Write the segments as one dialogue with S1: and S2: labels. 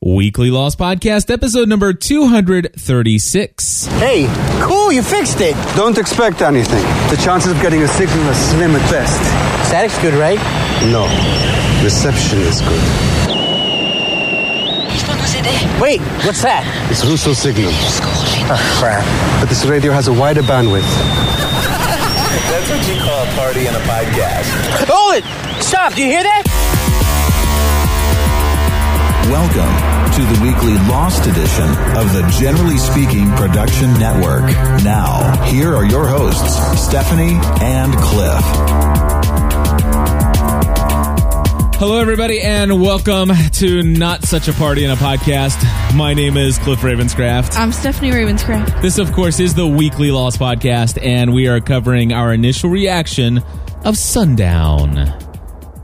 S1: Weekly Loss Podcast, episode number 236.
S2: Hey, cool, you fixed it.
S3: Don't expect anything. The chances of getting a signal are slim at best.
S2: Static's good, right?
S3: No, reception is good.
S4: Je peux vous aider
S2: Wait, what's that?
S3: It's Russo signal, Ah,
S2: Oh, crap.
S3: but this radio has a wider bandwidth.
S5: That's what you call a party in a podcast.
S2: Hold it! Stop, do you hear that?
S5: Welcome to the weekly Lost edition of the Generally Speaking Production Network. Now, here are your hosts, Stephanie and Cliff.
S1: Hello, everybody, and welcome to Not Such a Party in a Podcast. My name is Cliff Ravenscraft.
S6: I'm Stephanie Ravenscraft.
S1: This, of course, is the Weekly Loss Podcast, and we are covering our initial reaction of Sundown.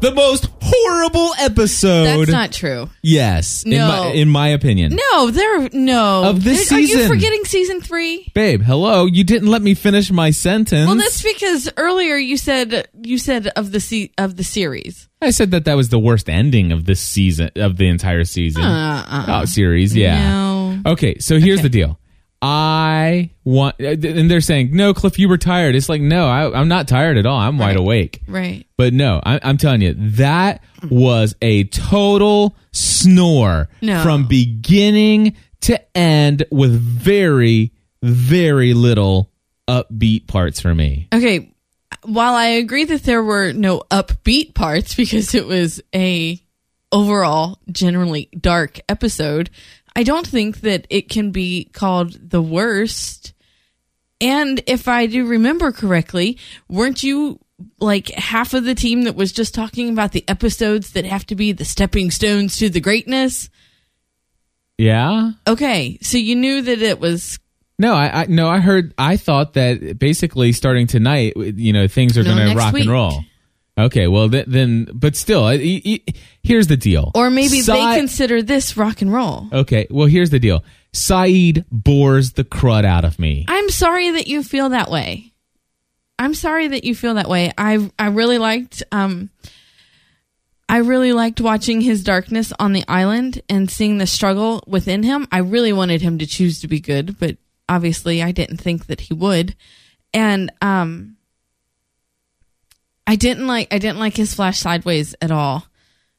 S1: The most horrible episode.
S6: That's not true.
S1: Yes, in,
S6: No.
S1: my, in my opinion.
S6: No, they're no.
S1: Of this
S6: Are
S1: season.
S6: you forgetting season three?
S1: Babe, hello. You didn't let me finish my sentence.
S6: Well, that's because earlier you said you said of the se- of the series.
S1: I said that that was the worst ending of this season, of the entire season.
S6: Uh-uh.
S1: Oh, series, yeah.
S6: No.
S1: Okay, so here's the deal. I want, and they're saying, no, Cliff, you were tired. It's like, no, I, I'm not tired at all. I'm wide awake.
S6: Right.
S1: But no, I, I'm telling you, that was a total snore
S6: No.
S1: from beginning to end with very, very little upbeat parts for me.
S6: Okay. While I agree that there were no upbeat parts because it was a overall generally dark episode, I don't think that it can be called the worst. And if I do remember correctly, weren't you like half of the team that was just talking about the episodes that have to be the stepping stones to the greatness?
S1: Yeah?
S6: Okay, so you knew that it was
S1: No, I, I no, I heard. I thought that basically starting tonight, you know, things are
S6: No,
S1: going to
S6: next
S1: rock
S6: week.
S1: and roll. Okay, well th- then, but still, I- I- I- here's the deal.
S6: or maybe
S1: Sa-
S6: they consider this rock and roll.
S1: Okay, well here's the deal. Saeed bores the crud out of me.
S6: I'm sorry that you feel that way. I'm sorry that you feel that way. I I really liked um I really liked watching his darkness on the island and seeing the struggle within him. I really wanted him to choose to be good, but obviously I didn't think that he would. And um I didn't like I didn't like his flash sideways at all.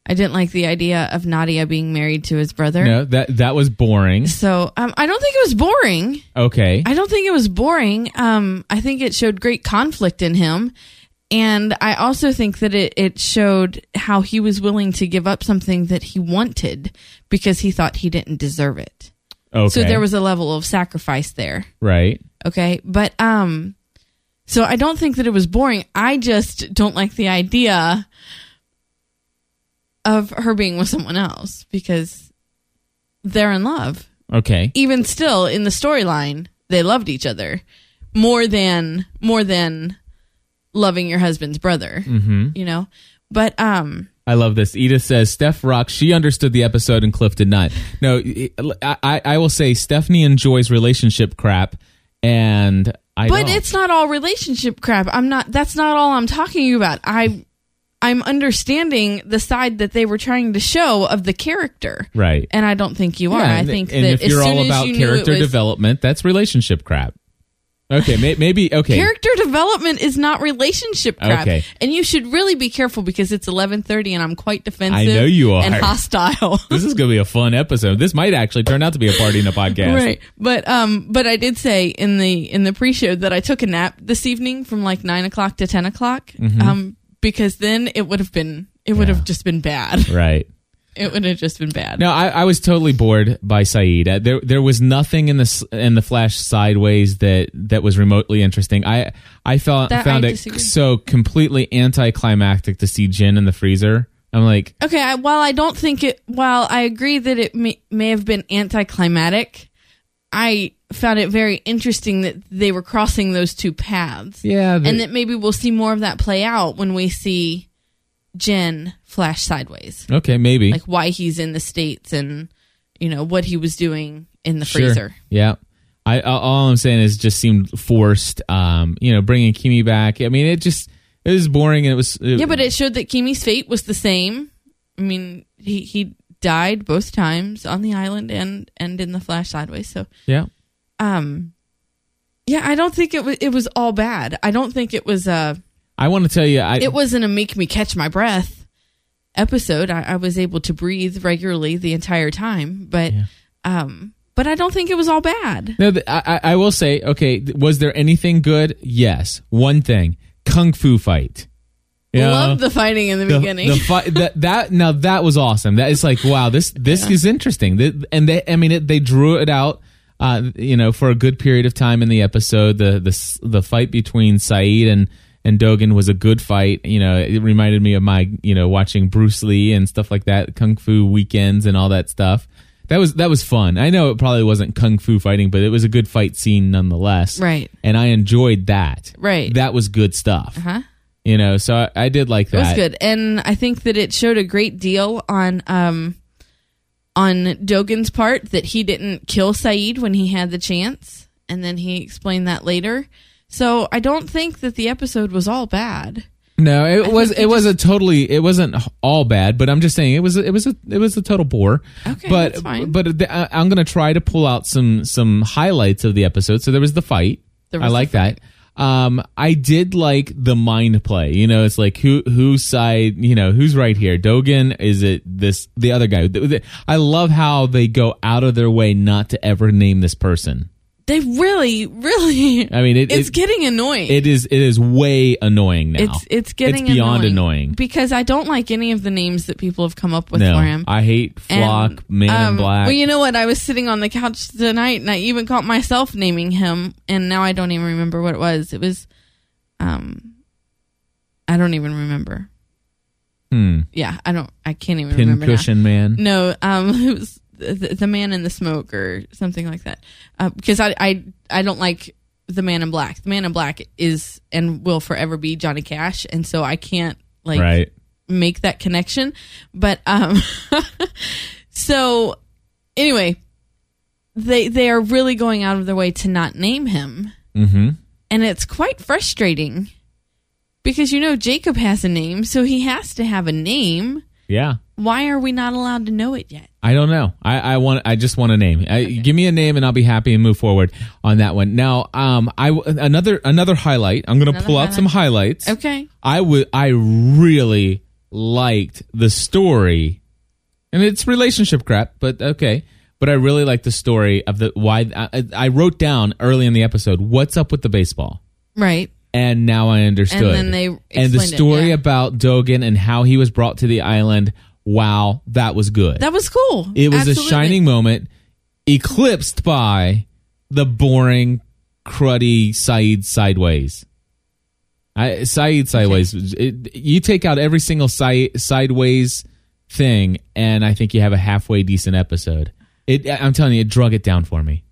S6: I didn't like the idea of Nadia being married to his brother.
S1: No, that that was boring.
S6: So um, I don't think it was boring.
S1: Okay,
S6: I don't think it was boring. Um, I think it showed great conflict in him. And I also think that it, it showed how he was willing to give up something that he wanted because he thought he didn't deserve it.
S1: okay.
S6: So there was a level of sacrifice there.
S1: right.
S6: Okay. But, um, so I don't think that it was boring. I just don't like the idea of her being with someone else because they're in love
S1: Okay,
S6: even still in the storyline, they loved each other more than more than loving your husband's brother. Mm-hmm. You know, but um,
S1: I love this. Edith says Steph rocks. She understood the episode, and Cliff did not. No, I I, I will say Stephanie enjoys relationship crap, and I.
S6: but
S1: don't.
S6: it's not all relationship crap. I'm not. That's not all I'm talking about. I. I'm understanding the side that they were trying to show of the character,
S1: Right.
S6: And I don't think you are.
S1: Yeah,
S6: I
S1: and-
S6: think
S1: and
S6: that
S1: if
S6: as
S1: you're
S6: soon
S1: all
S6: as
S1: about
S6: you knew
S1: character
S6: it was-
S1: development, that's relationship crap. Okay, may, maybe okay.
S6: character development is not relationship crap
S1: Okay.
S6: and you should really be careful because it's 11.30 and i'm quite defensive
S1: I know you are.
S6: and hostile
S1: this is gonna be a fun episode. This might actually turn out to be a party in a podcast.
S6: right but um but i did say in the in the pre-show that i took a nap this evening from like 9 o'clock to 10 o'clock
S1: Mm-hmm.
S6: um because then it would have been it would have just been bad
S1: Right.
S6: it would have just been bad
S1: No, I, I was totally bored by Saeed. Uh, There, there was nothing in the s- in the Flash sideways that that was remotely interesting. I, I felt
S6: That I
S1: found it
S6: disagree.
S1: so completely anticlimactic to see Jin in the freezer. I'm like,
S6: Okay, I, while I don't think it, while I agree that it may, may have been anticlimactic, I found it very interesting that they were crossing those two paths.
S1: Yeah, they-
S6: and that maybe we'll see more of that play out when we see Jen flash sideways,
S1: okay, maybe
S6: like why he's in the states and you know what he was doing in the
S1: Sure.
S6: freezer.
S1: Yeah. I, I all I'm saying is it just seemed forced. Um, you know, bringing Kimi back. I mean, it just it was boring and it was it,
S6: Yeah, but it showed that Kimi's fate was the same. I mean, he he died both times on the island and and in the Flash sideways. So
S1: Yeah.
S6: um, yeah, I don't think it was it was all bad. I don't think it was uh
S1: I want to tell you, I
S6: it wasn't a make me catch my breath episode. I, I was able to breathe regularly the entire time, but um, but I don't think it was all bad.
S1: no, th- I, I I will say, okay, th- was there anything good? Yes, one thing: kung fu fight. You know?
S6: Love the fighting in the, beginning.
S1: The fi- that, that now that was awesome. That is like wow, this this is interesting. Th- and they, I mean, it, they drew it out, uh, you know, for a good period of time in the episode. The the s- the fight between Saeed and and Dogan was a good fight. You know, it reminded me of my you know watching Bruce Lee and stuff like that, Kung Fu weekends and all that stuff. That was that was fun. I know it probably wasn't kung fu fighting, but it was a good fight scene nonetheless.
S6: Right.
S1: And I enjoyed that.
S6: Right.
S1: That was good stuff.
S6: Uh-huh.
S1: You know, so I, I did like
S6: It
S1: that.
S6: was good, and I think that it showed a great deal on um, on Dogan's part that he didn't kill Saeed when he had the chance, and then he explained that later. So I don't think that the episode was all bad.
S1: No, it was it
S6: they
S1: was a totally it wasn't all bad, but I'm just saying it was a- it was a it was a total bore.
S6: Okay,
S1: but
S6: that's fine.
S1: but the, I, I'm gonna try to pull out some some highlights of the episode. So there was the fight.
S6: There
S1: I
S6: was the
S1: like that. Um, I did like the mind play. You know, it's like who whose side. You know, who's right here? Dogan? Is it this the other guy? The- the- I love how they go out of their way not to ever name this person.
S6: They really, really.
S1: I mean, it-
S6: it's
S1: it-
S6: getting annoying.
S1: It is it is way annoying now.
S6: it's it's getting
S1: it's beyond annoying.
S6: because I don't like any of the names that people have come up with
S1: no,
S6: for him.
S1: I hate Flock,
S6: And,
S1: Man in
S6: um,
S1: Black.
S6: Well, you know what? I was sitting on the couch tonight, and I even caught myself naming him, and now I don't even remember what it was. It was, um, I don't even remember.
S1: Hmm.
S6: Yeah, I don't. I can't even remember. now.
S1: Pincushion Man.
S6: No, um, it was the, the man in the smoke or something like that. Uh, because I, I, I don't like the man in black. The man in black is and will forever be Johnny Cash, and so I can't like
S1: right.
S6: make that connection. But um so anyway, they they are really going out of their way to not name him.
S1: Mm-hmm.
S6: And it's quite frustrating because you know Jacob has a name, so he has to have a name.
S1: Yeah.
S6: Why are we not allowed to know it yet?
S1: I don't know. I, I want. I just want a name. I, Give me a name, and I'll be happy and move forward on that one. Now, um, I w- another another highlight. I'm going to
S6: Another
S1: pull out some highlights.
S6: Okay.
S1: I would. I really liked the story, and it's relationship crap, but okay. But I really liked the story of the why. I, I wrote down early in the episode, "What's up with the baseball?"
S6: Right.
S1: and now I understood.
S6: And then they
S1: and the
S6: explained it,
S1: story
S6: yeah.
S1: about Dogan and how he was brought to the island. Wow, that was good.
S6: That was cool.
S1: it was
S6: Absolutely.
S1: a shining moment, eclipsed by the boring, cruddy Saeed sideways. I, Saeed sideways. It, you take out every single si- sideways thing, and I think you have a halfway decent episode. It, I'm telling you, it drug it down for me.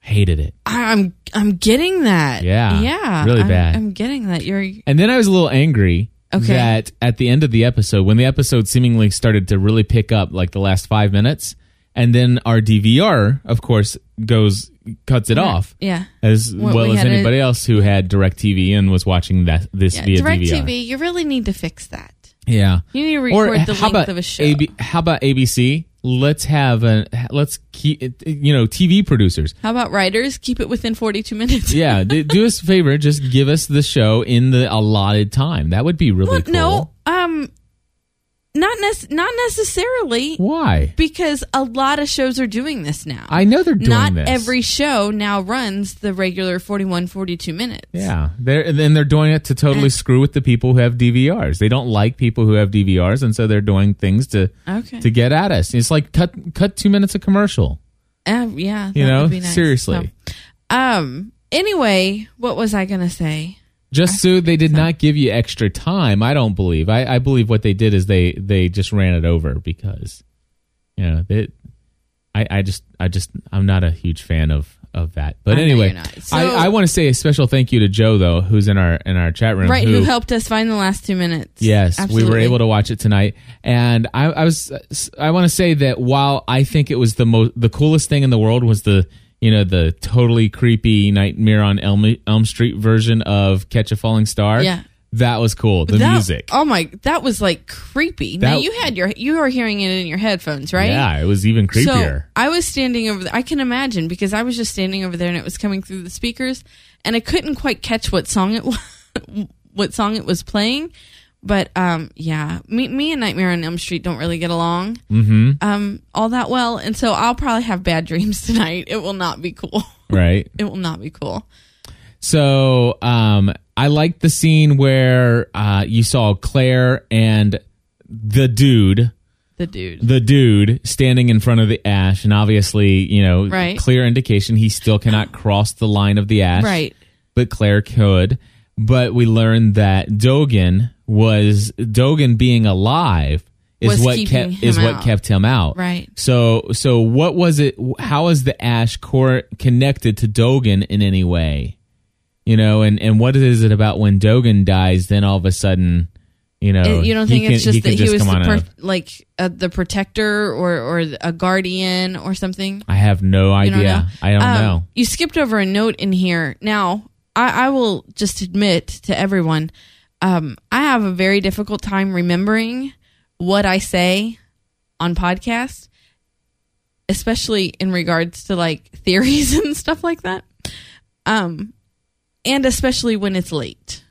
S1: Hated it.
S6: I, I'm I'm getting that.
S1: Yeah.
S6: Yeah.
S1: Really
S6: I'm-
S1: bad.
S6: I'm getting that. You're
S1: And then I was a little angry
S6: Okay.
S1: that at the end of the episode, when the episode seemingly started to really pick up, like the last five minutes, and then our DVR, of course, goes cuts it off
S6: Yeah.
S1: as
S6: What
S1: well
S6: we
S1: as
S6: had a-
S1: anybody else who had DirecTV and was watching that this
S6: yeah.
S1: via
S6: Direct
S1: DVR.
S6: TV, you really need to fix that.
S1: Yeah,
S6: You need to record the length
S1: about
S6: of a show.
S1: AB how about ABC? Let's have a let's keep you know TV producers.
S6: How about writers? Keep it within 42 minutes.
S1: Yeah, d- do us a favor, just give us the show in the allotted time. That would be really
S6: Well,
S1: cool.
S6: No, um, not nec- not necessarily
S1: Why?
S6: because a lot of shows are doing this now.
S1: I know they're doing
S6: not
S1: this.
S6: every show now runs the regular 41, 42 minutes.
S1: Yeah, they're and then they're doing it to totally
S6: And-
S1: screw with the people who have DVRs. They don't like people who have DVRs, and so they're doing things to
S6: Okay.
S1: to get at us. It's like cut cut two minutes of commercial.
S6: Uh, yeah.
S1: You
S6: that
S1: know,
S6: would be nice.
S1: seriously.
S6: So, um. Anyway, what was I gonna say?
S1: Just so they did not give you extra time. I don't believe. I, I believe what they did is they they just ran it over because you know they. I, I just I just I'm not a huge fan of of that. But
S6: I know
S1: anyway,
S6: you're not. So-
S1: I, I want to say a special thank you to Joe though, who's in our in our chat room,
S6: Right, who, helped us find the last two minutes?
S1: Yes, we were
S6: Absolutely.
S1: able to watch it tonight, and I, I was I want to say that while I think it was the most the coolest thing in the world was the you know the totally creepy Nightmare on Elm Elm Street version of Catch a Falling Star.
S6: Yeah.
S1: That was cool. The
S6: that,
S1: music.
S6: Oh my, that was like creepy. now
S1: That-
S6: you had your you were hearing it in your headphones, right?
S1: Yeah, it was even
S6: So
S1: creepier.
S6: I was standing over there. I can imagine because I was just standing over there and it was coming through the speakers, and I couldn't quite catch what song it was, what song it was playing. But um, yeah, me, me and Nightmare on Elm Street don't really get along mm-hmm. um, all that well, and so I'll probably have bad dreams tonight. It will not be cool.
S1: right.
S6: It will not be cool.
S1: So um, I liked the scene where uh, you saw Claire and the dude,
S6: The dude.
S1: the dude standing in front of the ash, and obviously, you know,
S6: Right.
S1: clear indication he still cannot cross the line of the ash.
S6: Right.
S1: But Claire could. But we learned that Dogan was Dogan being alive is
S6: Was
S1: what
S6: keeping
S1: kept
S6: him
S1: is what
S6: out.
S1: kept him out.
S6: Right.
S1: So so what was it how is the ash core connected to Dogan in any way? You know, and and what is it about when Dogan dies then all of a sudden, you know,
S6: It- you don't
S1: he
S6: think it's
S1: can-
S6: just that
S1: can
S6: he, was
S1: come
S6: the
S1: on out.
S6: per- like uh, the protector or or a guardian or something?
S1: I have no
S6: You
S1: idea.
S6: don't know.
S1: I don't
S6: Um,
S1: know.
S6: You skipped over a note in here. Now, I, I will just admit to everyone, um, I have a very difficult time remembering what I say on podcasts, especially in regards to like theories and stuff like that. Um, and especially when it's late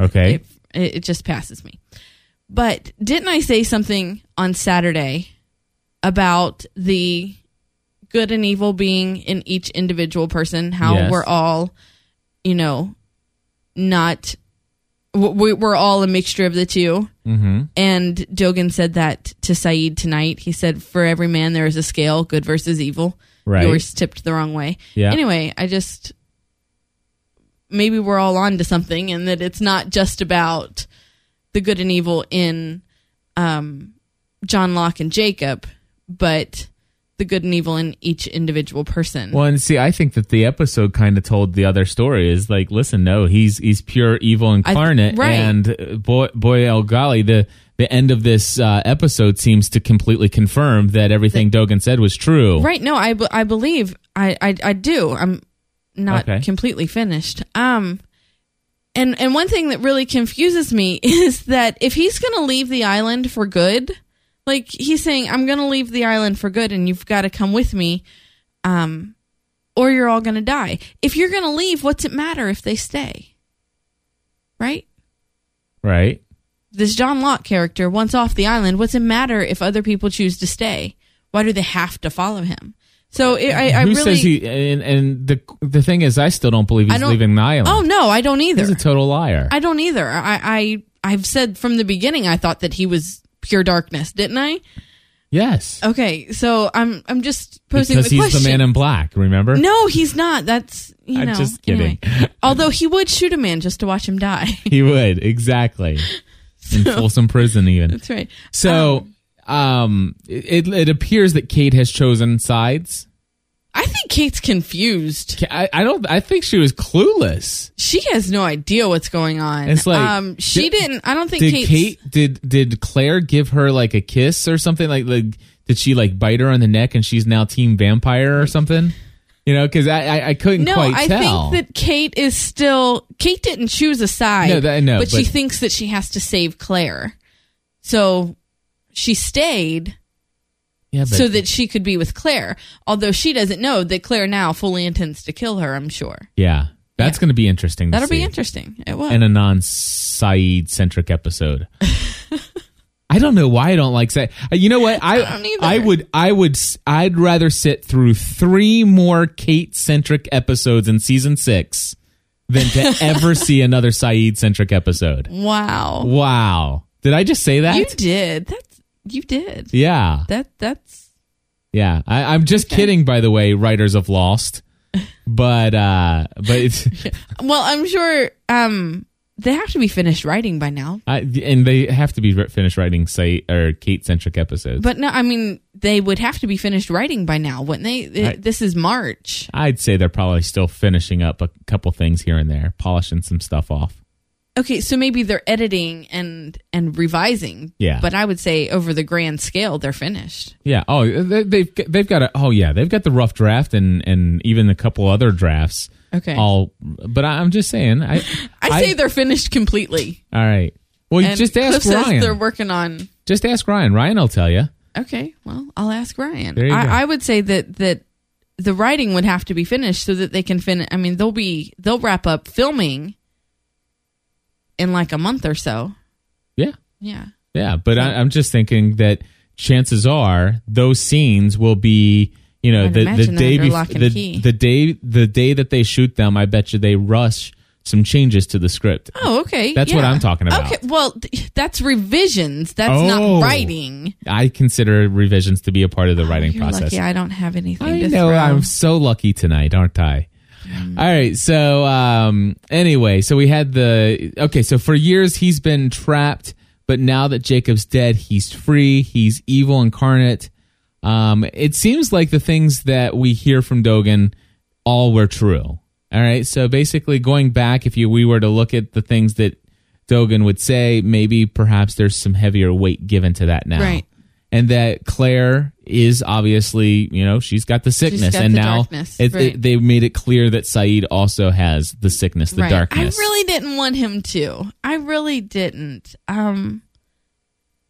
S1: Okay.
S6: it, it just passes me. But didn't I say something on Saturday about the good and evil being in each individual person? How
S1: Yes.
S6: we're all, you know, not, w- we- we're all a mixture of the 2 Mm-hmm. And Dogan said that to Saeed tonight. He said, for every man, there is a scale, good versus evil.
S1: Right.
S6: Yours tipped the wrong way.
S1: Yeah.
S6: Anyway, I just maybe we're all on to something and that it's not just about the good and evil in um, John Locke and Jacob, but the good and evil in each individual person.
S1: Well, and see, I think that the episode kind of told the other story. Is like, listen, no, he's he's pure evil incarnate,
S6: right.
S1: and uh, boy, boy, El Golly, the the end of this uh, episode seems to completely confirm that everything Dogan said was true.
S6: Right. No, I, be- I believe I, I, I do. I'm not
S1: Okay.
S6: completely finished. Um, and, and one thing that really confuses me is that if he's going to leave the island for good, like he's saying, I'm going to leave the island for good and you've got to come with me. Um, or you're all going to die. If you're going to leave, what's it matter if they stay? Right?
S1: right.
S6: this John Locke character, once off the island, what's it matter if other people choose to stay? Why do they have to follow him? So it, I, I
S1: Who
S6: really,
S1: says he? And, and the the thing is, I still don't believe
S6: I
S1: he's
S6: don't-
S1: leaving the island.
S6: oh no, I don't either.
S1: he's a total liar.
S6: I don't either. I, I, I've said from the beginning, I thought that he was pure darkness, didn't I?
S1: yes,
S6: Okay, so I'm, I'm just posing
S1: because
S6: the
S1: he's
S6: question.
S1: the man in black. Remember?
S6: no, he's not. That's you
S1: I'm
S6: know.
S1: just kidding.
S6: anyway. Although he would shoot a man just to watch him die.
S1: he would exactly in Folsom Prison, even.
S6: That's right.
S1: So, um, it it appears that Kate has chosen sides.
S6: I think Kate's confused.
S1: I, I don't. I think she was clueless.
S6: She has no idea what's going on.
S1: It's like-
S6: um, she
S1: did-
S6: didn't. I don't think
S1: Did
S6: Kate's,
S1: Kate did did Claire give her like a kiss or something? Like like did she like bite her on the neck and she's now team vampire or something? You know, because I, I I couldn't
S6: No,
S1: quite
S6: I
S1: tell.
S6: think that Kate is still. Kate didn't choose a side.
S1: No, that- I know,
S6: but, she
S1: but-
S6: thinks that she has to save Claire, so she stayed
S1: yeah, but
S6: so that she could be with Claire. Although she doesn't know that Claire now fully intends to kill her. I'm sure
S1: yeah, that's going to be interesting. to
S6: that'll be
S1: see.
S6: interesting. It will.
S1: in a non Saeed centric episode. I don't know why I don't like Saeed. Uh, You know what? I
S6: I don't either.
S1: I, would I would s- I'd rather sit through three more Kate centric episodes in season six than to ever see another Saeed centric episode.
S6: wow,
S1: Wow! Did I just say that?
S6: you did. That's you did.
S1: yeah,
S6: That that's
S1: yeah. I, I'm just kidding, by the way, writers of Lost. But uh, but it's,
S6: well. I'm sure. Um, they have to be finished writing by now.
S1: I, and they have to be re- finished writing Saeed or Kate centric episodes.
S6: But no, I mean they would have to be finished writing by now, wouldn't they? Th-
S1: Right.
S6: this is March.
S1: I'd say they're probably still finishing up a couple things here and there, polishing some stuff off.
S6: Okay, so maybe they're editing and and revising.
S1: Yeah.
S6: But I would say over the grand scale, they're finished.
S1: Yeah. Oh, they, they've they've got a. Oh yeah, they've got the rough draft and and even a couple other drafts
S6: Okay.
S1: all. But I, I'm just saying. I
S6: I say they're finished completely.
S1: all right. Well,
S6: And
S1: just ask
S6: Cliff says
S1: Ryan.
S6: they're working on.
S1: just ask Ryan. Ryan will tell you.
S6: Okay, well, I'll ask Ryan.
S1: There you go.
S6: I, I would say that that the writing would have to be finished so that they can finish. I mean, they'll be they'll wrap up filming in like a month or so.
S1: Yeah.
S6: Yeah.
S1: Yeah, but I, I'm just thinking that chances are those scenes will be, you know,
S6: I'd
S1: the, the
S6: imagine they're
S1: day
S6: under
S1: bef-
S6: lock and
S1: the,
S6: key.
S1: the day the day that they shoot them. I bet you they rush some changes to the script.
S6: Oh, okay.
S1: That's what
S6: yeah.
S1: I'm talking about.
S6: Okay. Well, th- that's revisions. That's
S1: Oh.
S6: not writing.
S1: I consider revisions to be a part of the writing
S6: Oh, You're
S1: process.
S6: Lucky I don't have anything.
S1: I
S6: to
S1: know
S6: throw.
S1: I'm so lucky tonight, aren't I?
S6: Mm.
S1: All right. So um anyway, so we had the okay, so for years he's been trapped, but now that Jacob's dead, he's free, he's evil incarnate. Um it seems like the things that we hear from Dogan all were true. All right. So basically going back if you we were to look at the things that Dogan would say, maybe perhaps there's some heavier weight given to that now
S6: Right.
S1: and that Claire is obviously, you know, she's got the sickness,
S6: got
S1: and
S6: the
S1: now
S6: darkness,
S1: it,
S6: right.
S1: they, they made it clear that Saeed also has the sickness, the darkness.
S6: I really didn't want him to. I really didn't. Um.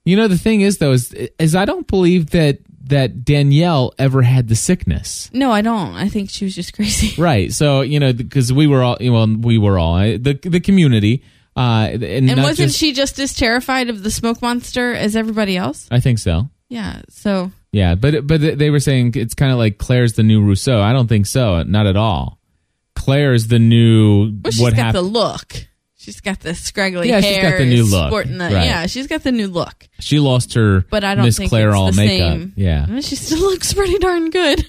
S1: you know, the thing is though, is, is I don't believe that that Danielle ever had the sickness.
S6: No, I don't. I think she was just crazy.
S1: Right. So you know, because we were all, well, we were all I- the the community, uh, and,
S6: And
S1: not
S6: wasn't
S1: just-
S6: she just as terrified of the smoke monster as everybody else?
S1: I think so.
S6: Yeah. So
S1: Yeah, but but they were saying it's kind of like Claire's the new Rousseau. I don't think so, not at all. Claire's the new
S6: well, she's
S1: what
S6: got
S1: happened.
S6: the look. She's got the scraggly
S1: Yeah,
S6: hair.
S1: she's got the new look,
S6: sporting the-
S1: right.
S6: Yeah, she's got the new look.
S1: She lost her
S6: But I don't
S1: Miss
S6: think
S1: Claire
S6: it's
S1: all
S6: the
S1: makeup.
S6: same. Mm.
S1: Yeah,
S6: She still looks pretty darn good.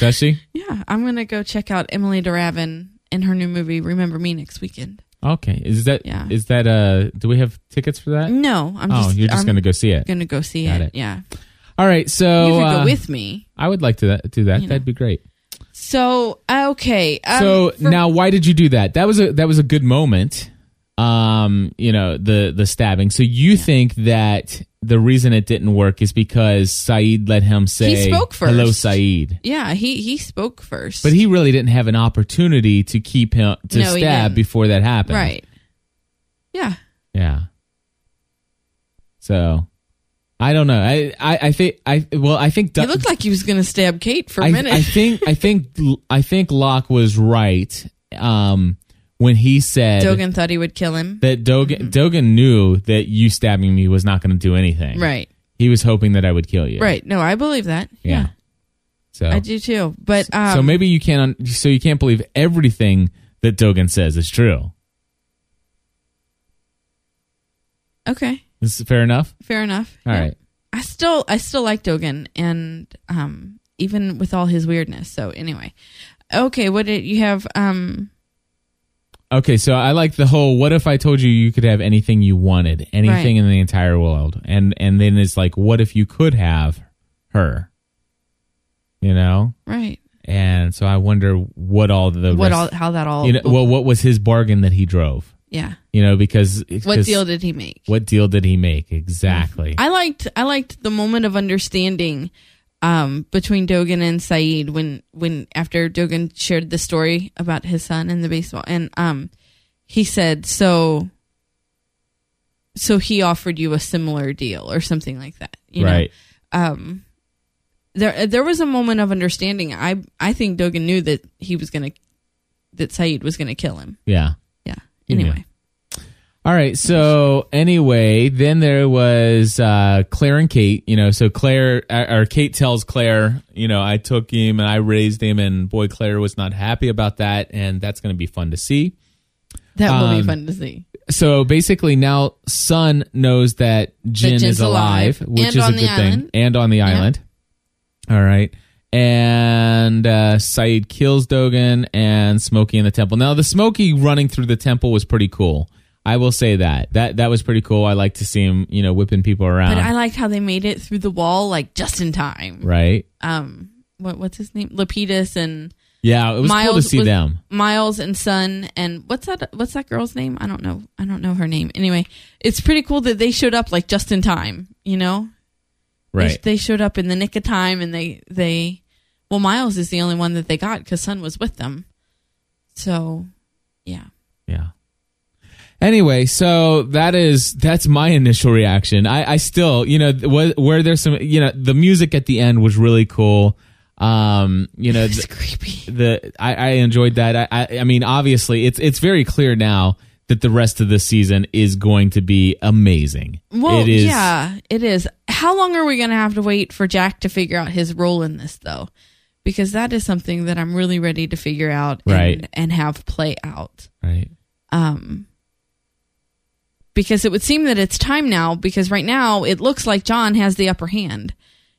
S1: does she?
S6: Yeah, I'm gonna go check out Emily Duravin in her new movie Remember Me next weekend.
S1: Okay, is that is
S6: Yeah.
S1: that uh? Do we have tickets for that?
S6: No, I'm
S1: oh,
S6: just.
S1: you're just
S6: I'm
S1: gonna go see it.
S6: gonna go see
S1: Got
S6: it.
S1: it.
S6: Yeah,
S1: All right, so
S6: you could go
S1: uh,
S6: with me.
S1: I would like to do that. That'd be great.
S6: So okay. Um,
S1: so
S6: for-
S1: now, why did you do that? That was a that was a good moment. Um, you know the the stabbing. So you think that the reason it didn't work is because Saeed let him say
S6: spoke first.
S1: Hello, Saeed.
S6: yeah, he he spoke first,
S1: But he really didn't have an opportunity to keep him to
S6: No, he
S1: stab
S6: didn't.
S1: before that happened.
S6: right. Yeah.
S1: Yeah. So, I don't know. I I, I think I well I think
S6: He looked like he was going to stab Kate for a
S1: I,
S6: minute.
S1: I think I think I think Locke was right um, when he said
S6: Dogan thought he would kill him.
S1: that Dogan
S6: Mm-hmm.
S1: Dogan knew that you stabbing me was not going to do anything.
S6: Right.
S1: He was hoping that I would kill you.
S6: Right. No, I believe that.
S1: Yeah.
S6: Yeah.
S1: So
S6: I do too. But um,
S1: so maybe you can't so you can't believe everything that Dogan says is true.
S6: okay,
S1: Is it fair enough?
S6: fair enough.
S1: All
S6: Yeah.
S1: right.
S6: I still I still like Dogan and um even with all his weirdness. So anyway. Okay, what did you have um
S1: Okay, so I like the whole what if I told you you could have anything you wanted, anything in the entire world. And and then it's like what if you could have her? You know?
S6: right.
S1: And so I wonder what all the
S6: What all
S1: rest-
S6: how that all
S1: you know, well what was his bargain that he drove?
S6: Yeah.
S1: You know, because
S6: What
S1: 'cause
S6: deal did he make?
S1: what deal did he make exactly?
S6: I liked I liked the moment of understanding um, between Dogan and Saeed when when after Dogan shared the story about his son and the baseball and um he said so so he offered you a similar deal or something like that you
S1: right.
S6: know there there was a moment of understanding I I think Dogan knew that he was gonna that Saeed was gonna kill him
S1: Yeah.
S6: yeah
S1: He knew.
S6: anyway
S1: All right. So anyway, then there was uh, Claire and Kate. You know, so Claire uh, or or Kate tells Claire, you know, I took him and I raised him, and boy, Claire was not happy about that, and that's going to be fun to see.
S6: that will
S1: Um,
S6: be fun to see
S1: So basically, now Sun knows that Jin
S6: Jin's
S1: is alive,
S6: alive,
S1: which
S6: and
S1: is a
S6: on
S1: good
S6: the
S1: thing,
S6: island.
S1: and on the island. All right. And uh, Saeed kills Dogan and Smokey in the temple. Now, the Smokey running through the temple was pretty cool. I will say that that that was pretty cool. I like to see him, you know, whipping people around.
S6: but I liked how they made it through the wall like just in time
S1: right?
S6: um what what's his name Lapidus and
S1: Yeah, it was
S6: Miles
S1: cool to see
S6: was-
S1: them.
S6: Miles and Son and what's that what's that girl's name I don't know I don't know her name anyway it's pretty cool that they showed up like just in time you know They-
S1: Right?
S6: they, showed up in the nick of time and they they well Miles is the only one that they got because Son was with them So, yeah.
S1: Yeah. Anyway, so that is that's my initial reaction. I, I still, you know, where, where there's some, you know, the music at the end was really cool. Um, you know,
S6: It's
S1: the,
S6: creepy.
S1: the I, I enjoyed that. I, I I mean, obviously, it's it's very clear now that the rest of the season is going to be amazing.
S6: Well,
S1: it is,
S6: yeah, it is. How long are we going to have to wait for Jack to figure out his role in this, though? Because that is something that I'm really ready to figure out and,
S1: Right.
S6: and have play out.
S1: right.
S6: um, because it would seem that it's time now because right now it looks like john has the upper hand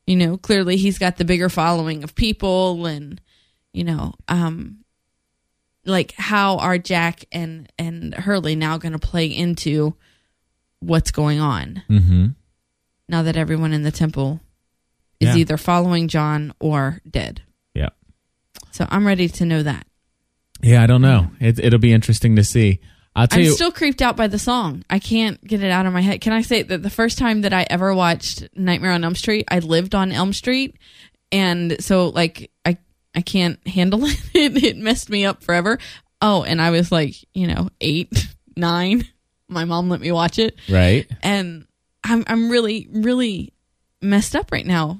S6: you know clearly he's got the bigger following of people and you know um like how are jack and and hurley now going to play into what's going on
S1: Mm-hmm.
S6: now that everyone in the temple is
S1: Yeah.
S6: either following john or dead
S1: Yeah.
S6: so i'm ready to know that
S1: Yeah, I don't know. It, it'll be interesting to see. I'll tell
S6: I'm
S1: you.
S6: still creeped out by the song. I can't get it out of my head. Can I say that the first time that I ever watched Nightmare on Elm Street, I lived on Elm Street, and so like I I can't handle it. It, it messed me up forever. Oh, and I was like, you know, eight, nine. My mom let me watch it,
S1: right.
S6: and I'm I'm really really messed up right now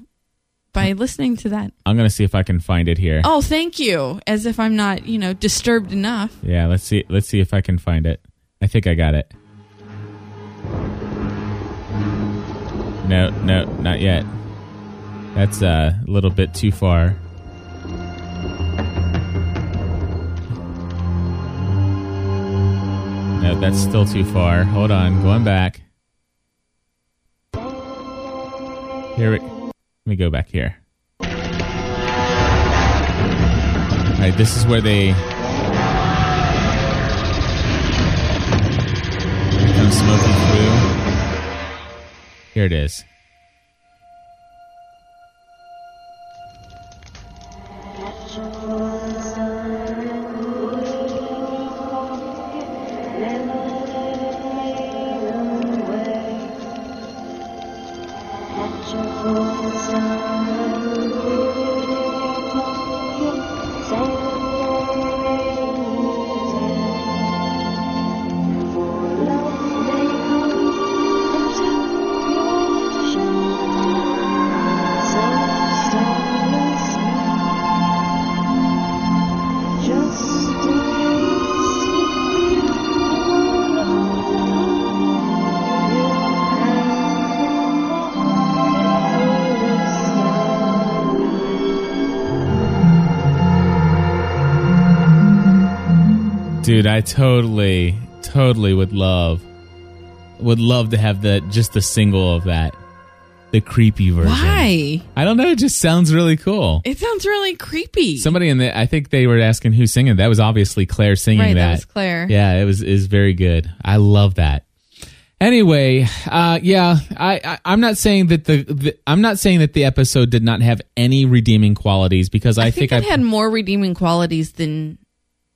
S6: by listening to that.
S1: I'm gonna see if I can find it here.
S6: Oh, thank you. As if I'm not you know disturbed enough.
S1: Yeah, let's see. Let's see if I can find it. I think I got it. No, no, not yet. That's uh, a little bit too far. No, that's still too far. Hold on, going back. Here we. Let me go back here. All right, this is where they Here comes Smokey Fu. Here it is. Dude, I totally, totally would love, would love to have the just the single of that, the creepy version.
S6: Why?
S1: I don't know. It just sounds really cool.
S6: It sounds really creepy.
S1: Somebody in the, I think they were asking who's singing. That was obviously Claire singing
S6: right,
S1: that.
S6: that was Claire.
S1: Yeah, it was is very good. I love that. Anyway, uh, yeah, I, I I'm not saying that the, the I'm not saying that the episode did not have any redeeming qualities because I,
S6: I think,
S1: I
S6: it had more redeeming qualities than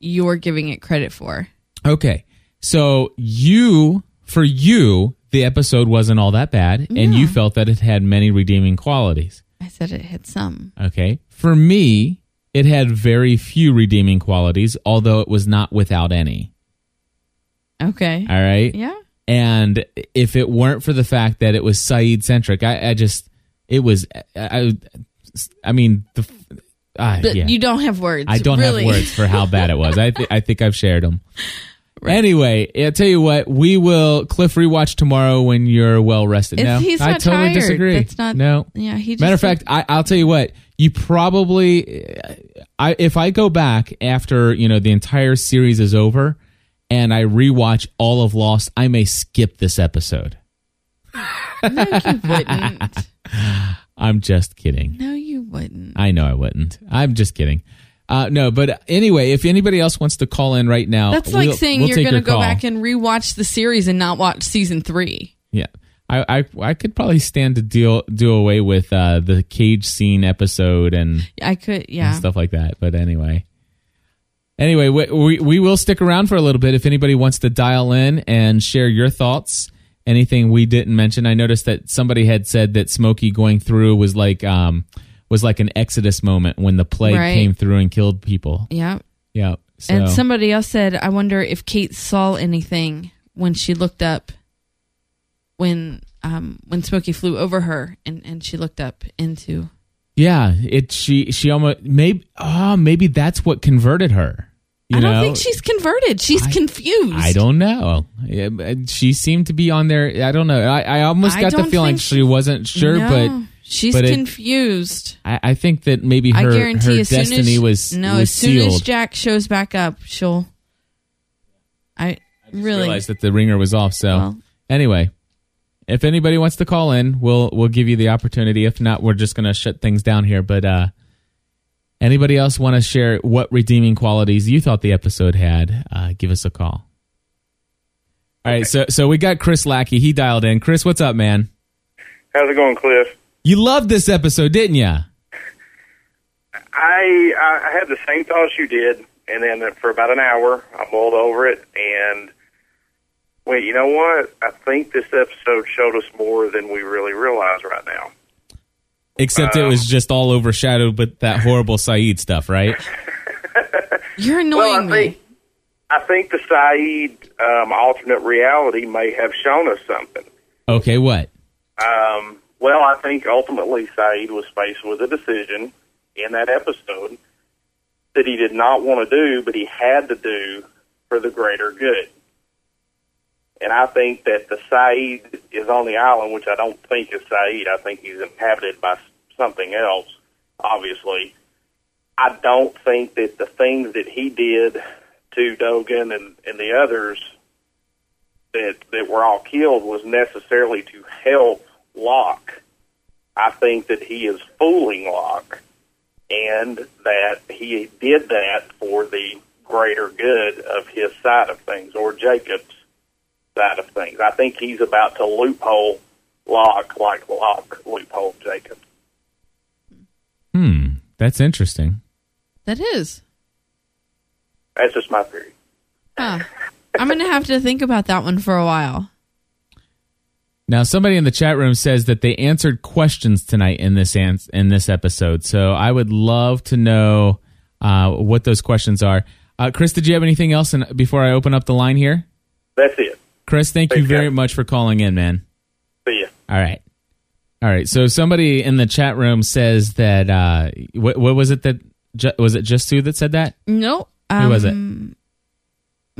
S6: you're giving it credit for.
S1: Okay. So you, for you, the episode wasn't all that bad, and you felt that it had many redeeming qualities.
S6: I said it had some.
S1: Okay. For me, it had very few redeeming qualities, although it was not without any.
S6: Okay.
S1: All right.
S6: yeah.
S1: And if it weren't for the fact that it was Saeed centric, I, I just, it was, I, I, I mean, the, ah,
S6: But
S1: yeah.
S6: you don't have words.
S1: I don't
S6: really.
S1: have words for how bad it was. I th- I think I've shared them. Anyway, I'll tell you what. We will Cliff rewatch tomorrow when you're well rested. no,
S6: It's- he's
S1: I
S6: not
S1: totally
S6: tired.
S1: disagree.
S6: That's not-
S1: no.
S6: Yeah, he just
S1: Matter of
S6: said-
S1: fact, I, I'll tell you what. You probably, I if I go back after you know the entire series is over, and I rewatch all of Lost, I may skip this episode.
S6: No, you wouldn't.
S1: I'm just kidding.
S6: No, you wouldn't.
S1: I know I wouldn't. I'm just kidding. Uh, no, but anyway, if anybody else wants to call in right now,
S6: That's
S1: Oh,
S6: like
S1: we'll-
S6: saying
S1: we'll
S6: you're
S1: take
S6: going to
S1: your
S6: go
S1: call.
S6: back and rewatch the series and not watch season three.
S1: yeah, I, I I could probably stand to deal do away with uh, the cage scene episode and,
S6: I could,
S1: and
S6: yeah.
S1: stuff like that. But anyway, anyway, we, we we will stick around for a little bit if anybody wants to dial in and share your thoughts. Anything we didn't mention. I noticed that somebody had said that Smokey going through was like um was like an Exodus moment when the plague
S6: Right.
S1: came through and killed people.
S6: Yeah.
S1: Yeah. So,
S6: And somebody else said, I wonder if Kate saw anything when she looked up when um when Smokey flew over her and, and she looked up into
S1: yeah, it she she almost maybe ah maybe that's what converted her. You
S6: I
S1: know?
S6: don't think she's converted. She's
S1: I-
S6: confused.
S1: I don't know. Yeah, but She seemed to be on there. I don't know. I, I almost
S6: I
S1: got the
S6: don't
S1: feeling
S6: think-
S1: she wasn't sure,
S6: No,
S1: but
S6: she's
S1: but it-
S6: confused.
S1: I, I think that maybe her,
S6: I guarantee
S1: her
S6: as
S1: destiny
S6: soon as
S1: was
S6: no,
S1: was
S6: as soon
S1: sealed.
S6: as Jack shows back up, she'll. I, really
S1: realized that the ringer was off. So
S6: Well.
S1: anyway, if anybody wants to call in, we'll we'll give you the opportunity. If not, we're just gonna shut things down here. But uh, anybody else want to share what redeeming qualities you thought the episode had? Uh, give us a call. All right, so so we got Chris Lackey. He dialed in. Chris, what's up, man?
S7: How's it going, Cliff?
S1: You loved this episode, didn't you?
S7: I I had the same thoughts you did, and then for about an hour, I mulled over it and went, you know what? I think this episode showed us more than we really realize right now.
S1: Except it was just all overshadowed with that horrible Saeed stuff, right?
S6: you're
S7: Well,
S6: annoying
S7: I
S6: me.
S7: think I think the Saeed um, alternate reality may have shown us something.
S1: Okay, what?
S7: Um, well, I think ultimately Saeed was faced with a decision in that episode that he did not want to do, but he had to do for the greater good. And I think that the Saeed is on the island, which I don't think is Saeed. I think he's inhabited by something else, obviously. I don't think that the things that he did to Dogan and, and the others that that were all killed was necessarily to help Locke. I think that he is fooling Locke, and that he did that for the greater good of his side of things or Jacob's side of things. I think he's about to loophole Locke like Locke loophole Jacob.
S1: Hmm, that's interesting.
S6: That is.
S7: That's just my theory.
S6: Huh. I'm gonna have to think about that one for a while.
S1: Now, somebody in the chat room says that they answered questions tonight in this ans- in this episode. So I would love to know uh, what those questions are. Uh, Chris, did you have anything else in, before I open up the line here?
S7: That's it.
S1: Chris, thank you
S7: Thanks,
S1: very
S7: guys.
S1: much for calling in, man.
S7: See ya.
S1: All right. All right. So somebody in the chat room says that uh, what, what was it that ju- was it just Sue that said that?
S6: Nope. Um,
S1: Who was it?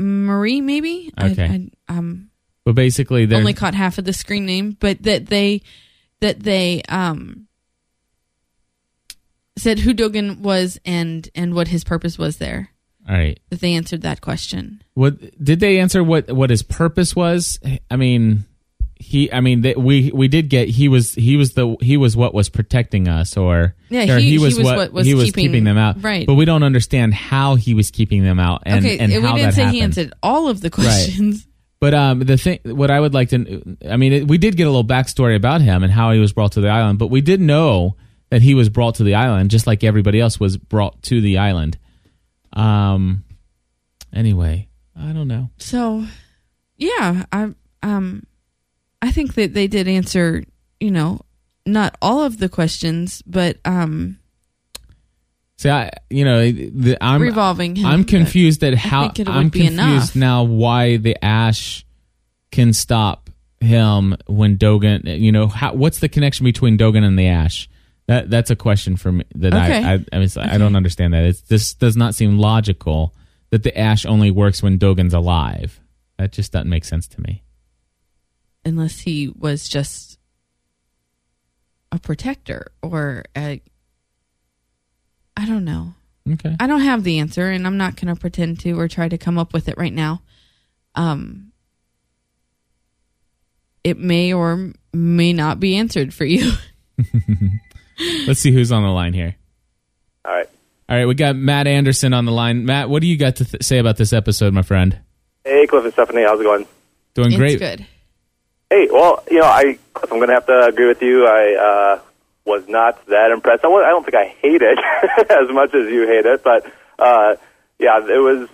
S6: Marie, maybe. I-
S1: Okay.
S6: I, um,
S1: But basically, they're
S6: only caught half of the screen name, but that they that they um said who Dogan was and and what his purpose was there.
S1: all right.
S6: That they answered that question.
S1: What did they answer? What what his purpose was? I mean, he. I mean, that we we did get he was he was the he was what was protecting us, or
S6: Yeah,
S1: or
S6: he- he was what was
S1: he was
S6: keeping-
S1: keeping them out,
S6: right.
S1: But we don't understand how he was keeping them out, and
S6: okay,
S1: and
S6: we
S1: how
S6: didn't
S1: that
S6: say
S1: happened.
S6: he answered all of the questions.
S1: But um, the thing, what I would like to, I mean, it, we did get a little backstory about him and how he was brought to the island, but we did know that he was brought to the island just like everybody else was brought to the island. Um, anyway, I don't know.
S6: So, yeah, I um I think that they did answer, you know, not all of the questions, but um
S1: See, I, you know, the, I'm
S6: revolving him.
S1: I'm
S6: but-
S1: confused at how
S6: think it
S1: I'm
S6: would be
S1: confused
S6: enough.
S1: now why the ash can stop him when Dogan. You know, how, what's the connection between Dogan and the ash? That that's a question for me that
S6: Okay.
S1: I I, I, mean, it's- I don't understand that. It's, this does not seem logical that the ash only works when Dogan's alive. That just doesn't make sense to me.
S6: unless he was just a protector or a I don't know.
S1: Okay.
S6: I don't have the answer and I'm not going to pretend to or try to come up with it right now. Um it may or may not be answered for you.
S1: Let's see who's on the line here.
S7: All right.
S1: All right, we got Matt Anderson on the line. Matt, what do you got to th- say about this episode, my friend?
S7: Hey, Cliff and Stephanie, how's it going?
S1: Doing great.
S6: It's good.
S7: Hey, well, you know, I I'm going to have to agree with you. I uh, was not that impressed. I, wa- I don't think I hate it as much as you hate it, but uh, yeah, it was.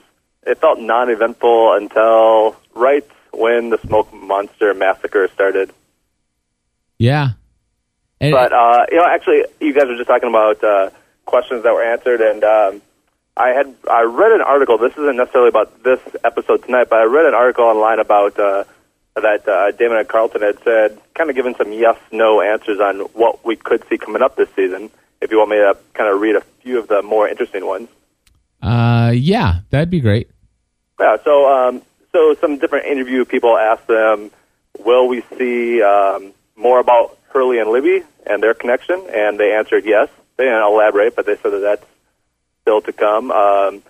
S7: It felt non-eventful until right when the smoke monster massacre started.
S1: Yeah. And-
S7: But uh, you know, actually, you guys were just talking about uh, questions that were answered, and um, I had I read an article. This isn't necessarily about this episode tonight, but I read an article online about uh, that uh, Damon and Carlton had said, kind of giving some yes no answers on what we could see coming up this season. If you want me to kind of read a few of the more interesting ones,
S1: Uh, yeah, that'd be great.
S7: yeah. So um, so some different interview people asked them, will we see um, more about Hurley and Libby and their connection? And they answered yes. They didn't elaborate, but they said that that's still to come. Um,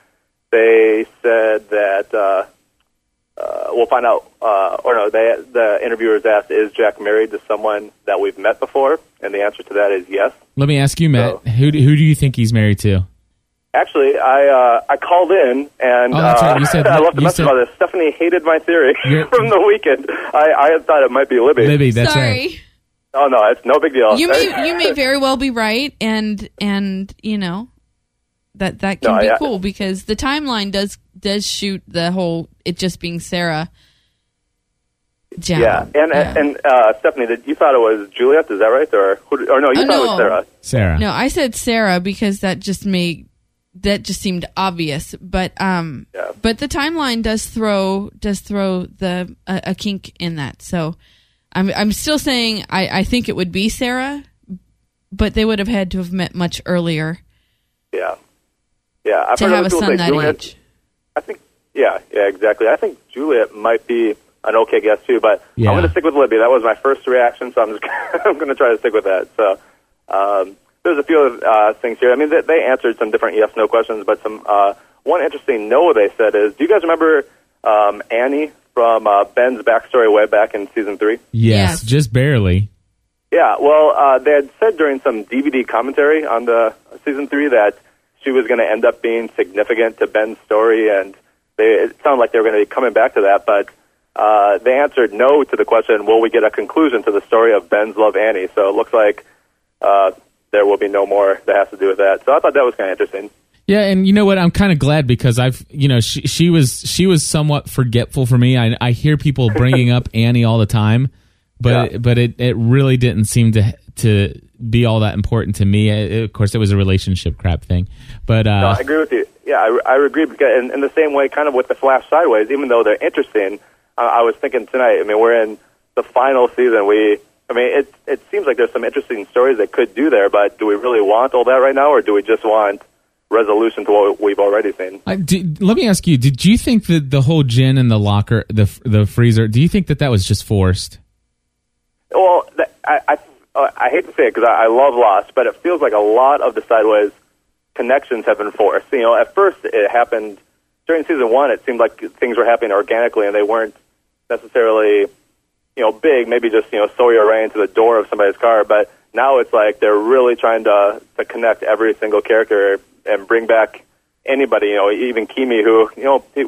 S7: they said that uh, uh, we'll find out, uh, or no, they, the interviewers asked, "Is Jack married to someone that we've met before?" And the answer to that is yes.
S1: Let me ask you, Matt. Who do, who do you think he's married to?
S7: Actually, I uh, I called in and
S1: Oh, that's
S7: uh,
S1: right. You said-
S7: I left a
S1: you
S7: message
S1: said-
S7: about this. Stephanie hated my theory
S1: You're-
S7: from the weekend. I, I thought it might be Libby.
S1: Libby. That's right.
S6: Sorry,
S7: Oh no, it's no big deal.
S6: you may you may very well be right, and and you know that that can
S7: No,
S6: be
S7: I-
S6: cool because the timeline does does shoot the whole it just being Sarah. Down.
S7: yeah, and
S6: Yeah.
S7: and uh, Stephanie, did, you thought it was Juliet? Is that right? Or who, did- or no, you
S6: Oh,
S7: thought it
S6: no.
S7: was Sarah.
S1: Sarah.
S6: No, I said Sarah because that just made that just seemed obvious, but um,
S7: Yeah.
S6: but the timeline does throw does throw the a, a kink in that. So I'm I'm still saying I I think it would be Sarah, but they would have had to have met much earlier
S7: Yeah, yeah. I've
S6: to
S7: heard
S6: have
S7: other
S6: a
S7: people
S6: son
S7: say
S6: that
S7: Juliet.
S6: age.
S7: I think, yeah, yeah, exactly. I think Juliet might be an okay guess too, but
S1: Yeah.
S7: I'm going to stick with Libby. That was my first reaction, so I'm just I'm going to try to stick with that. So um, there's a few other uh, things here. I mean, they, they answered some different yes no questions, but some uh, one interesting no they said is, do you guys remember um, Annie from uh, Ben's backstory way back in season three?
S1: Yes,
S6: Yes.
S1: just barely.
S7: Yeah, well, uh, they had said during some DVD commentary on the season three that she was going to end up being significant to Ben's story, and they, it sounded like they were going to be coming back to that. But uh, they answered no to the question, "Will we get a conclusion to the story of Ben's love Annie?" So it looks like uh, there will be no more that has to do with that. So I thought that was kind of interesting.
S1: Yeah, and you know what? I'm kind of glad because I've, you know, she she was she was somewhat forgetful for me. I I hear people bringing up Annie all the time, but
S7: Yeah.
S1: but it it really didn't seem to to be all that important to me. It- it- of course, it was a relationship crap thing, but
S7: No,
S1: uh,
S7: I agree with you. Yeah, I, I agree. Because in, in the same way, kind of with the Flash sideways, even though they're interesting, I, I was thinking tonight. I mean, we're in the final season. We, I mean, it it seems like there's some interesting stories that could do there, but do we really want all that right now, or do we just want resolution to what we've already seen?
S1: I, did, let me ask you: Did you think that the whole gin in the locker, the the freezer? Do you think that that was just forced?
S7: Well, th- I I, uh, I hate to say it because I, I love Lost, but it feels like a lot of the sideways connections have been forced. You know, at first it happened during season one. It seemed like things were happening organically, and they weren't necessarily you know big. Maybe just you know Sawyer ran into the door of somebody's car, but now it's like they're really trying to to connect every single character and bring back. Anybody, you know, even Kimi, who you know, he,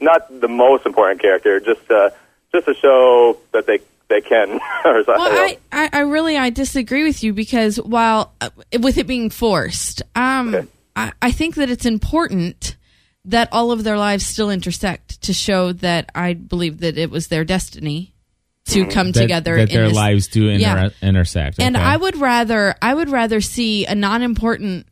S7: not the most important character, just uh, just to show that they they can. or so,
S6: Well,
S7: you know.
S6: I, I, I really I disagree with you because while uh, with it being forced, um, I, I think that it's important that all of their lives still intersect to show that I believe that it was their destiny to come
S1: That-
S6: together
S1: that
S6: in
S1: their
S6: this-
S1: lives do inter-
S6: Yeah.
S1: intersect?
S6: And
S1: okay.
S6: I would rather I would rather see a non-important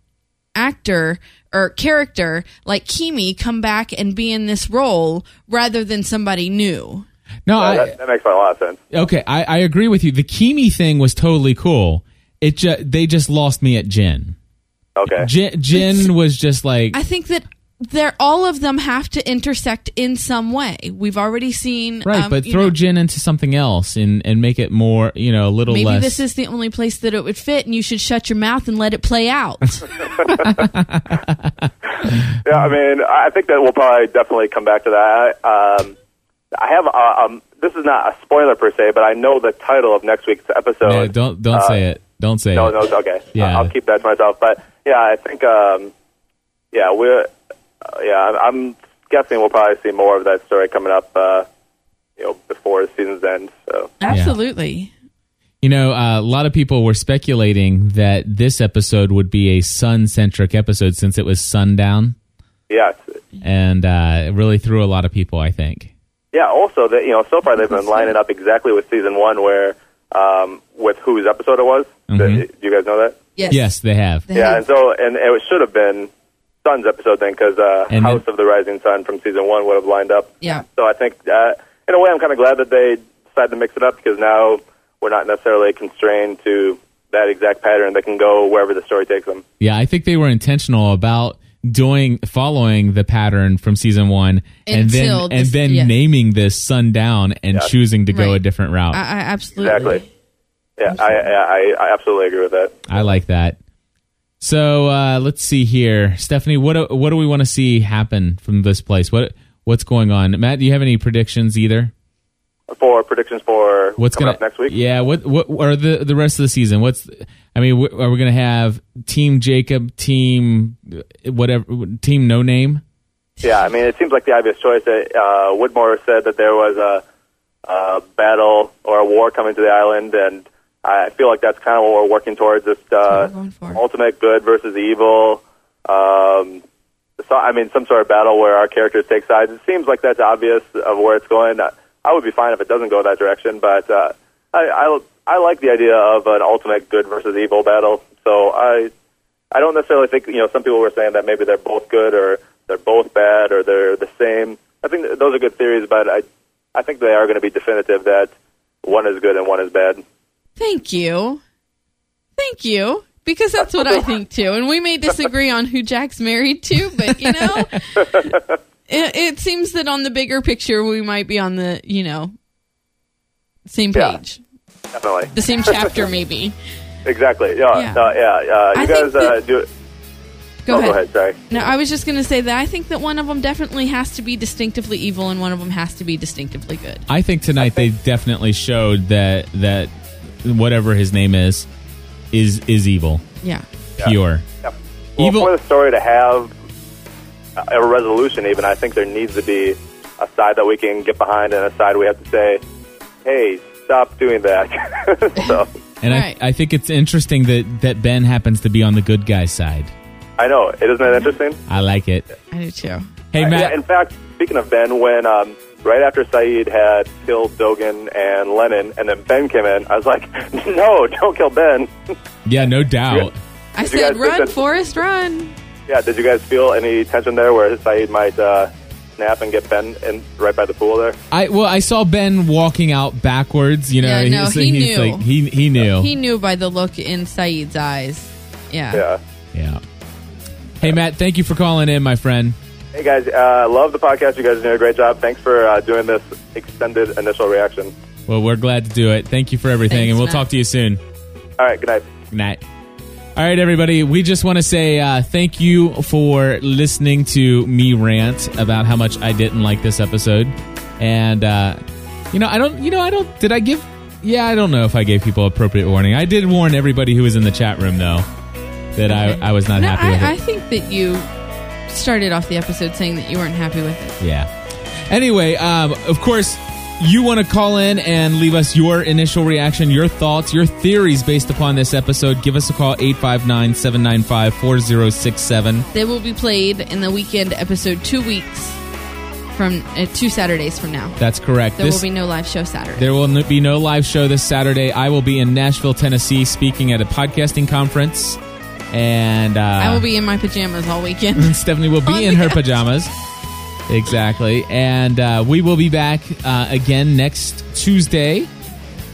S6: actor or character like Kimi come back and be in this role rather than somebody new.
S1: no, I,
S7: that, that makes a lot of sense.
S1: okay, I, I agree with you. The Kimi thing was totally cool. It ju- they just lost me at Jin.
S7: Okay.
S1: Jin, Jin was just like
S6: I think that they're all of them have to intersect in some way. We've already seen
S1: right,
S6: um,
S1: but
S6: you
S1: throw
S6: know,
S1: Jin into something else and and make it more you know a little
S6: maybe
S1: less.
S6: this is the only place that it would fit, and you should shut your mouth and let it play out.
S7: Yeah, I mean, I think that we'll probably definitely come back to that. Um, I have uh, um, this is not a spoiler per se, but I know the title of next week's episode.
S1: No, don't don't
S7: Uh,
S1: say it. Don't say
S7: No,
S1: it.
S7: no, it's okay.
S1: Yeah.
S7: I'll keep that to myself. But yeah, I think um, yeah, we're uh, yeah, I'm- I'm guessing we'll probably see more of that story coming up. Uh, you know, before the season's end. So
S6: Absolutely.
S1: You know, uh, a lot of people were speculating that this episode would be a sun centric episode since it was sundown,
S7: yeah, it's-
S1: and uh, it really threw a lot of people. I think.
S7: Yeah. Also, that you know, so far they've been lining up exactly with season one, where um, with whose episode it was.
S1: Mhm.
S7: Do you guys know that?
S6: Yes.
S1: Yes, they have.
S6: They-
S7: Yeah. And so, and it should have been Sun's episode then, because uh,
S1: And
S7: House
S1: then-
S7: of the Rising Sun from season one would have lined up.
S6: Yeah.
S7: So I think, uh, in a way, I'm kind of glad that they decided to mix it up because now we're not necessarily constrained to that exact pattern. They can go wherever the story takes them.
S6: Mm-hmm.
S1: Yeah, I think they were intentional about doing following the pattern from season one, and
S6: Until
S1: then
S6: this-
S1: and then
S6: yeah.
S1: naming this sundown and choosing to go
S6: Right.
S1: a different route.
S6: I,
S1: I,
S6: I absolutely.
S7: Exactly. Yeah, I, I, I- I absolutely agree with that.
S1: like that. So uh, let's see here, Stephanie. What do, what do we want to see happen from this place? What what's going on, Matt? Do you have any predictions either?
S7: For predictions for
S1: What's
S7: coming
S1: going
S7: up next week?
S1: Yeah. What what or the the rest of the season? What's I mean, wh- are we going to have Team Jacob, Team uh, whatever, Team No Name?
S7: Yeah, I mean, it seems like the obvious choice. That, uh, Woodmore said that there was a, a battle or a war coming to the island, and I feel like that's kind of what we're working towards this
S6: we're
S7: uh,
S6: going for.
S7: ultimate good versus evil. Um, so, I mean, some sort of battle where our characters take sides. It seems like that's obvious of where it's going. I I would be fine if it doesn't go that direction, but uh, I, I, I like the idea of an ultimate good versus evil battle. So I, I don't necessarily think you know some people were saying that maybe they're both good or they're both bad or they're the same. I think that those are good theories, but I, I think they are going to be definitive that one is good and one is bad.
S6: Thank you. Thank you. Because that's what I think too. And we may disagree on who Jack's married to, but you know, it, it seems that on the bigger picture, we might be on the, you know, same
S7: Yeah.
S6: page,
S7: Definitely,
S6: the same chapter, maybe.
S7: exactly. Yeah,
S6: Yeah.
S7: yeah. Uh, yeah. Uh,
S6: I
S7: you
S6: think
S7: guys uh,
S6: that-
S7: do it.
S6: Go,
S7: oh,
S6: ahead.
S7: go ahead. Sorry.
S6: No, I was just going to say that I think that one of them definitely has to be distinctively evil and one of them has to be distinctively good.
S1: I think tonight they definitely showed that that whatever his name is is is evil,
S6: Yeah.
S1: pure.
S7: Well,
S1: Evil-
S7: for the story to have a a resolution, even I think there needs to be a side that we can get behind and a side we have to say, "Hey, stop doing that." so
S1: And
S6: Right.
S1: I, I think it's interesting that that Ben happens to be on the good guy side.
S7: I know it isn't that interesting.
S1: I like it.
S6: I do too.
S1: Hey
S7: Uh,
S1: Matt,
S7: Yeah, in fact, speaking of Ben, when um, right after Saeed had killed Dogan and Lennon, and then Ben came in, I was like, "No, don't kill Ben."
S1: yeah, no doubt.
S6: I
S7: Did you
S6: said,
S7: guys think
S6: run,
S7: that-
S6: Forrest, run.
S7: yeah, did you guys feel any tension there where Saeed might uh, snap and get Ben in right by the pool there?
S1: I well, I saw Ben walking out backwards. You know,
S6: Yeah, no,
S1: so
S6: he
S1: he's
S6: knew.
S1: Like, he he knew.
S6: He knew by the look in Saeed's eyes. Yeah.
S7: Yeah.
S1: yeah. Hey Matt, thank you for calling in, my friend.
S7: Hey guys, uh, love the podcast. You guys are doing a great job. Thanks for uh, doing this extended initial reaction.
S1: Well, we're glad to do it. Thank you for everything,
S6: Thanks,
S1: and we'll
S6: Matt.
S1: talk to you soon.
S7: All right, good night.
S1: Good night. All right, everybody. We just want to say uh, thank you for listening to me rant about how much I didn't like this episode, and uh, you know, I don't. You know, I don't. Did I give? Yeah, I don't know if I gave people appropriate warning. I did warn everybody who was in the chat room though that I, I was not
S6: No,
S1: happy with it.
S6: I, I think that you started off the episode saying that you weren't happy with it.
S1: Yeah. Anyway, um, of course, you want to call in and leave us your initial reaction, your thoughts, your theories based upon this episode. Give us a call, 859 795 4067.
S6: They will be played in the weekend episode two weeks from uh, two Saturdays from now.
S1: That's correct.
S6: There
S1: This-
S6: will be no live show Saturday.
S1: There will n- be no live show this Saturday. I will be in Nashville, Tennessee, speaking at a podcasting conference. And uh,
S6: I will be in my pajamas all weekend.
S1: Stephanie will
S6: On
S1: be
S6: the
S1: in her
S6: couch.
S1: pajamas. Exactly. And uh, we will be back uh, again next Tuesday.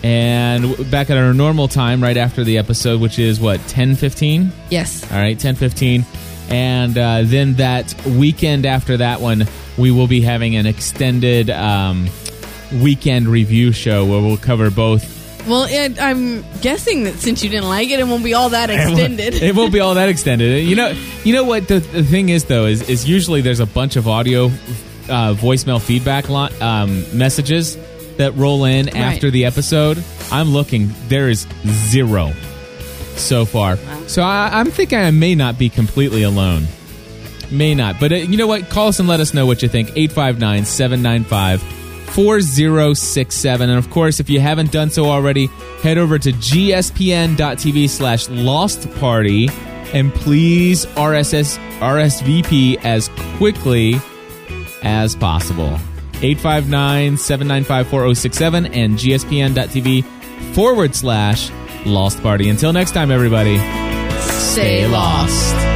S1: And w- back at our normal time right after the episode, which is what, 10 15?
S6: yes.
S1: All right, 10 15. And uh, then that weekend after that one, we will be having an extended um, weekend review show where we'll cover both
S6: Well, it, I'm guessing that since you didn't like it, it won't be all that extended.
S1: it won't be all that extended. You know, you know what the, the thing is though is is usually there's a bunch of audio uh, voicemail feedback lo- um, messages that roll in after the episode. I'm looking, there is zero so far. So I, I'm thinking I may not be completely alone. May not. But uh, you know what? Call us and let us know what you think. 859 795 4067. And of course, if you haven't done so already, head over to gspn.tv slash lost party and please RSS, RSVP as quickly as possible. 859 795 4067 and gspn.tv forward slash lost party. Until next time, everybody,
S6: Stay lost.
S1: lost.